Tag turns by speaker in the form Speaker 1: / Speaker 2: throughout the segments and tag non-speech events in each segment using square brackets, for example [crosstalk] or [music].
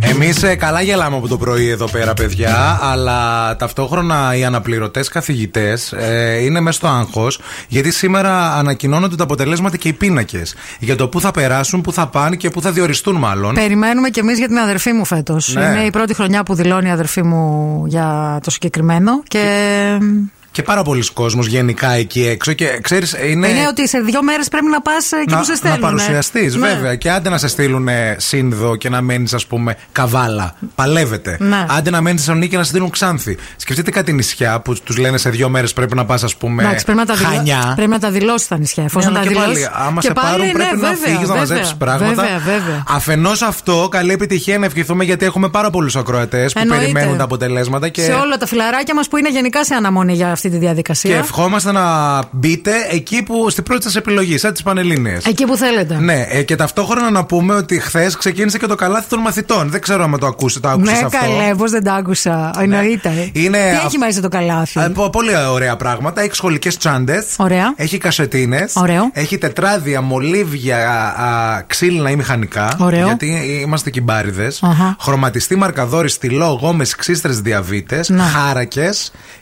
Speaker 1: Εμείς ε, καλά γελάμε από το πρωί εδώ πέρα, παιδιά, αλλά ταυτόχρονα οι αναπληρωτές καθηγητές ε, είναι μέσα στο άγχος, γιατί σήμερα ανακοινώνονται τα αποτελέσματα και οι πίνακες για το πού θα περάσουν, πού θα πάνε και πού θα διοριστούν, μάλλον.
Speaker 2: Περιμένουμε κι εμείς για την αδερφή μου φέτος.
Speaker 1: Ναι.
Speaker 2: Είναι η πρώτη χρονιά που δηλώνει η αδερφή μου για το συγκεκριμένο. Και.
Speaker 1: Και πάρα πολλοί κόσμος γενικά εκεί έξω και ξέρεις, είναι.
Speaker 2: Είναι ότι σε δύο μέρες πρέπει να πας εκεί που
Speaker 1: Ναι.
Speaker 2: σε
Speaker 1: να
Speaker 2: στέλνουν.
Speaker 1: παρουσιαστείς,
Speaker 2: Ναι.
Speaker 1: βέβαια. Και άντε να σε στείλουν σύνδο και να μένεις, ας πούμε, καβάλα. Παλεύετε.
Speaker 2: Ναι.
Speaker 1: Άντε να μένεις Θεσσαλονίκη και να σε στείλουν ξάνθη. Σκεφτείτε κάτι νησιά που τους λένε σε δύο μέρες πρέπει να πας, ας πούμε.
Speaker 2: Ναι. Εντάξει, πρέπει να τα, δηλω...
Speaker 1: χανιά.
Speaker 2: πρέπει να τα δηλώσει τα νησιά. Εφόσον
Speaker 1: Ναι,
Speaker 2: τα
Speaker 1: αλλά και
Speaker 2: δηλώσει.
Speaker 1: πάλι, άμα σε πάρουν, πρέπει να φύγεις να μαζέψεις πράγματα.
Speaker 2: ναι, Βέβαια, βέβαια.
Speaker 1: Αφενός αυτό, καλή επιτυχία να ευχηθούμε γιατί έχουμε πάρα πολλούς ακροατές που
Speaker 2: Εννοείται.
Speaker 1: περιμένουν τα αποτελέσματα. Και...
Speaker 2: Σε όλα τα φιλαράκια μας που είναι γενικά σε αναμονή για αυτή τη διαδικασία.
Speaker 1: Και ευχόμαστε να μπείτε εκεί που στην πρώτη σας επιλογή, σαν τις Πανελλήνιες.
Speaker 2: Εκεί που θέλετε.
Speaker 1: Ναι, ε, και ταυτόχρονα να πούμε ότι χθες ξεκίνησε και το καλάθι των μαθητών. Δεν ξέρω αν το ακούσετε. Το άκουσες
Speaker 2: Ναι,
Speaker 1: αυτό. Ναι.
Speaker 2: καλέ, πώς δεν τα άκουσα. Εννοείται.
Speaker 1: Είναι
Speaker 2: Τι
Speaker 1: αυ-
Speaker 2: έχει μέσα το καλάθι.
Speaker 1: Ε, πο- πολύ ωραία πράγματα. Έχει σχολικές τσάντες.
Speaker 2: Ωραία.
Speaker 1: Έχει κασετίνες.
Speaker 2: Ωραίο.
Speaker 1: Έχει τετράδια, μολύβια, α, α, ξύλινα ή μηχανικά.
Speaker 2: Ωραίο.
Speaker 1: Γιατί είμαστε κυμπάριδες.
Speaker 2: Αχα.
Speaker 1: Χρωματιστή, μαρκαδόρη, στυλό, γόμες, ξύστρες διαβήτες.
Speaker 2: Ναι.
Speaker 1: Χάρακε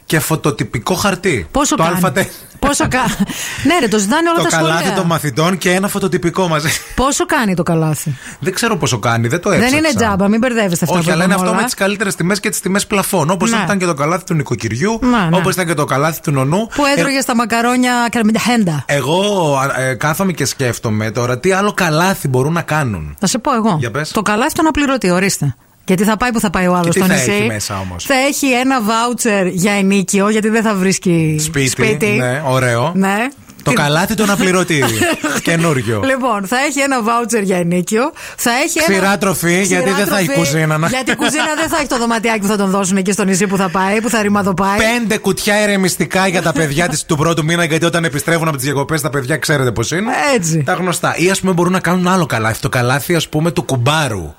Speaker 1: και φωτοτυπικό χαρτί.
Speaker 2: Πόσο
Speaker 1: το
Speaker 2: κάνει.
Speaker 1: α4.
Speaker 2: Πόσο κα...
Speaker 1: [laughs]
Speaker 2: ναι, ρε, το ζητάνε όλα
Speaker 1: Το
Speaker 2: τα
Speaker 1: καλάθι
Speaker 2: σχολεία.
Speaker 1: των μαθητών και ένα φωτοτυπικό μαζί.
Speaker 2: Πόσο κάνει το καλάθι.
Speaker 1: Δεν ξέρω πόσο κάνει, δεν το έψαξα.
Speaker 2: Δεν είναι τζάμπα, μην μπερδεύεστε αυτά
Speaker 1: Όχι,
Speaker 2: που
Speaker 1: αλλά είναι
Speaker 2: είπαμε
Speaker 1: αυτό με
Speaker 2: όλα.
Speaker 1: τις καλύτερες τιμές και τις τιμές πλαφών. Όπως
Speaker 2: Ναι.
Speaker 1: ήταν και το καλάθι του νοικοκυριού,
Speaker 2: Ναι, ναι.
Speaker 1: όπως ήταν και το καλάθι του νονού.
Speaker 2: Που έτρωγε στα μακαρόνια καρμινταχέντα.
Speaker 1: Ε, εγώ ε, ε, κάθομαι και σκέφτομαι τώρα τι άλλο καλάθι μπορούν να κάνουν.
Speaker 2: Να σε πω εγώ.
Speaker 1: Για πες.
Speaker 2: Το καλάθι τον απληρωτή, ορίστε. Γιατί θα πάει που θα πάει ο άλλος
Speaker 1: τι
Speaker 2: στο
Speaker 1: θα
Speaker 2: νησί.
Speaker 1: έχει μέσα όμως?
Speaker 2: Θα έχει ένα βάουτσερ για ενίκιο, γιατί δεν θα βρίσκει
Speaker 1: Σπίτι. Ναι, ωραίο.
Speaker 2: Ναι.
Speaker 1: Το
Speaker 2: Τι-
Speaker 1: καλάθι των
Speaker 2: [laughs]
Speaker 1: απληρωτήριων. [laughs] Καινούριο.
Speaker 2: Λοιπόν, θα έχει ένα βάουτσερ για ενίκιο. Θα έχει
Speaker 1: Ξηρά
Speaker 2: ένα...
Speaker 1: τροφή,
Speaker 2: Ξηρά
Speaker 1: γιατί δεν θα έχει
Speaker 2: τροφή,
Speaker 1: κουζίνα να-
Speaker 2: Γιατί η κουζίνα δεν θα έχει το δωματιάκι που θα τον δώσουν εκεί στο νησί που θα πάει, που θα ρημαδοπάει.
Speaker 1: Πέντε κουτιά ερεμιστικά για τα παιδιά της του πρώτου μήνα, γιατί όταν επιστρέφουν από τις διακοπές τα παιδιά ξέρετε πώς είναι.
Speaker 2: Έτσι.
Speaker 1: Τα γνωστά. Ή ας πούμε μπορούν να κάνουν άλλο καλάθι. Το καλάθι, ας πούμε, του κουμπάρου.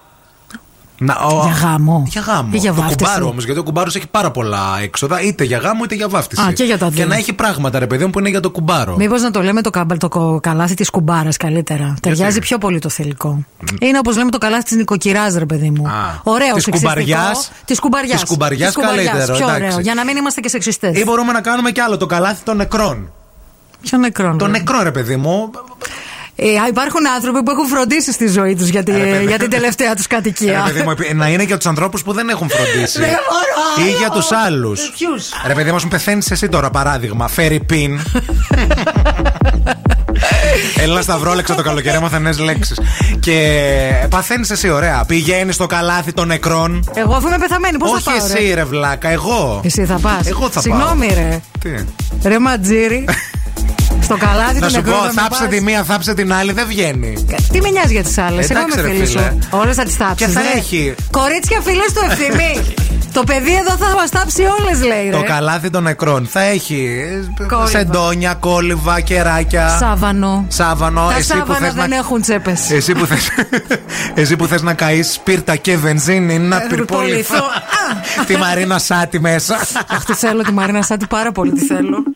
Speaker 1: Να, ο-
Speaker 2: Για γάμο.
Speaker 1: Για γάμο.
Speaker 2: Ή για
Speaker 1: το
Speaker 2: βάφτιση.
Speaker 1: κουμπάρο όμως, γιατί ο κουμπάρος έχει πάρα πολλά έξοδα, είτε για γάμο είτε για βάφτιση.
Speaker 2: Α, και για τα δύο.
Speaker 1: να έχει πράγματα, ρε παιδί μου, που είναι για το κουμπάρο.
Speaker 2: Μήπως να το λέμε το, καμπα- το κο- καλάθι της κουμπάρας καλύτερα. Ταιριάζει πιο πολύ το θηλυκό. Είναι όπως λέμε το καλάθι της νοικοκυράς, ρε παιδί μου.
Speaker 1: Α.
Speaker 2: Ωραίο
Speaker 1: Της
Speaker 2: σεξιστικό.
Speaker 1: κουμπαριάς.
Speaker 2: Της κουμπαριάς.
Speaker 1: Της κουμπαριάς
Speaker 2: Της κουμπαριάς.
Speaker 1: καλύτερο,
Speaker 2: Πιο
Speaker 1: εντάξει. Λοιπόν,
Speaker 2: ωραίο. Για να μην είμαστε και σεξιστές.
Speaker 1: Ή μπορούμε να κάνουμε κι άλλο, το καλάθι των νεκρών.
Speaker 2: Πιο νεκρό.
Speaker 1: Το
Speaker 2: ρε.
Speaker 1: νεκρό, ρε παιδί μου.
Speaker 2: Ε, α, υπάρχουν άνθρωποι που έχουν φροντίσει στη ζωή τους για, τη-
Speaker 1: Ρε παιδί.
Speaker 2: για Ναι, την τελευταία τους
Speaker 1: Ρε
Speaker 2: κατοικία.
Speaker 1: παιδί μου, επί- να είναι για τους ανθρώπους που δεν
Speaker 2: [laughs]
Speaker 1: έχουν φροντίσει.
Speaker 2: Δεν μπορώ
Speaker 1: Ή για
Speaker 2: άλλο.
Speaker 1: του άλλου.
Speaker 2: Ε, ποιους?
Speaker 1: Ρε παιδί μου, πεθαίνεις εσύ τώρα, παράδειγμα. Φέρει
Speaker 2: [laughs]
Speaker 1: πιν. Έλληνα Σταυρόλεξα το καλοκαίρι, μαθανέ λέξεις. Και παθαίνεις εσύ, ωραία. Πηγαίνεις στο καλάθι των νεκρών.
Speaker 2: Εγώ αφού είμαι πεθαμένη, πώς θα
Speaker 1: Όχι
Speaker 2: πάω. ρε?
Speaker 1: εσύ, ρε βλάκα, εγώ.
Speaker 2: Εσύ θα πας.
Speaker 1: Εγώ θα
Speaker 2: Συγγνώμη,
Speaker 1: πάω.
Speaker 2: ρε.
Speaker 1: Τι.
Speaker 2: Ρε ματζήρι.
Speaker 1: [laughs]
Speaker 2: Στο καλάθι
Speaker 1: Να
Speaker 2: του
Speaker 1: σου
Speaker 2: νεκρού
Speaker 1: πω,
Speaker 2: θα με
Speaker 1: θάψε
Speaker 2: πας.
Speaker 1: τη μία, θάψε την άλλη, δεν βγαίνει.
Speaker 2: Τι με νοιάζει για τις άλλες. Εγώ
Speaker 1: Εντάξει,
Speaker 2: είμαι
Speaker 1: ρε,
Speaker 2: φίλη σου.
Speaker 1: φίλε.
Speaker 2: Όλε θα τις θάψεις.
Speaker 1: Και θα έχει.
Speaker 2: Κορίτσια, φίλες του
Speaker 1: [laughs]
Speaker 2: ευθυμή. το παιδί εδώ θα μας θάψει όλες, λέει.
Speaker 1: Το
Speaker 2: Ρε.
Speaker 1: καλάθι των νεκρών θα έχει ε,
Speaker 2: Κόλληβα.
Speaker 1: σεντόνια, κόλληβα, κεράκια.
Speaker 2: Σάβανο.
Speaker 1: Σάβανο,
Speaker 2: Τα
Speaker 1: εσύ που
Speaker 2: σάβανα
Speaker 1: θες
Speaker 2: δεν
Speaker 1: να...
Speaker 2: έχουν τσέπες.
Speaker 1: Εσύ που θες, εσύ που θες να καείς σπίρτα και βενζίνη Να
Speaker 2: Ε,
Speaker 1: πυρποληθώ
Speaker 2: πυρποληθώ. Α.
Speaker 1: Τη Μαρίνα Σάτι μέσα
Speaker 2: Αχ, τη θέλω τη Μαρίνα Σάτι πάρα πολύ, τη θέλω.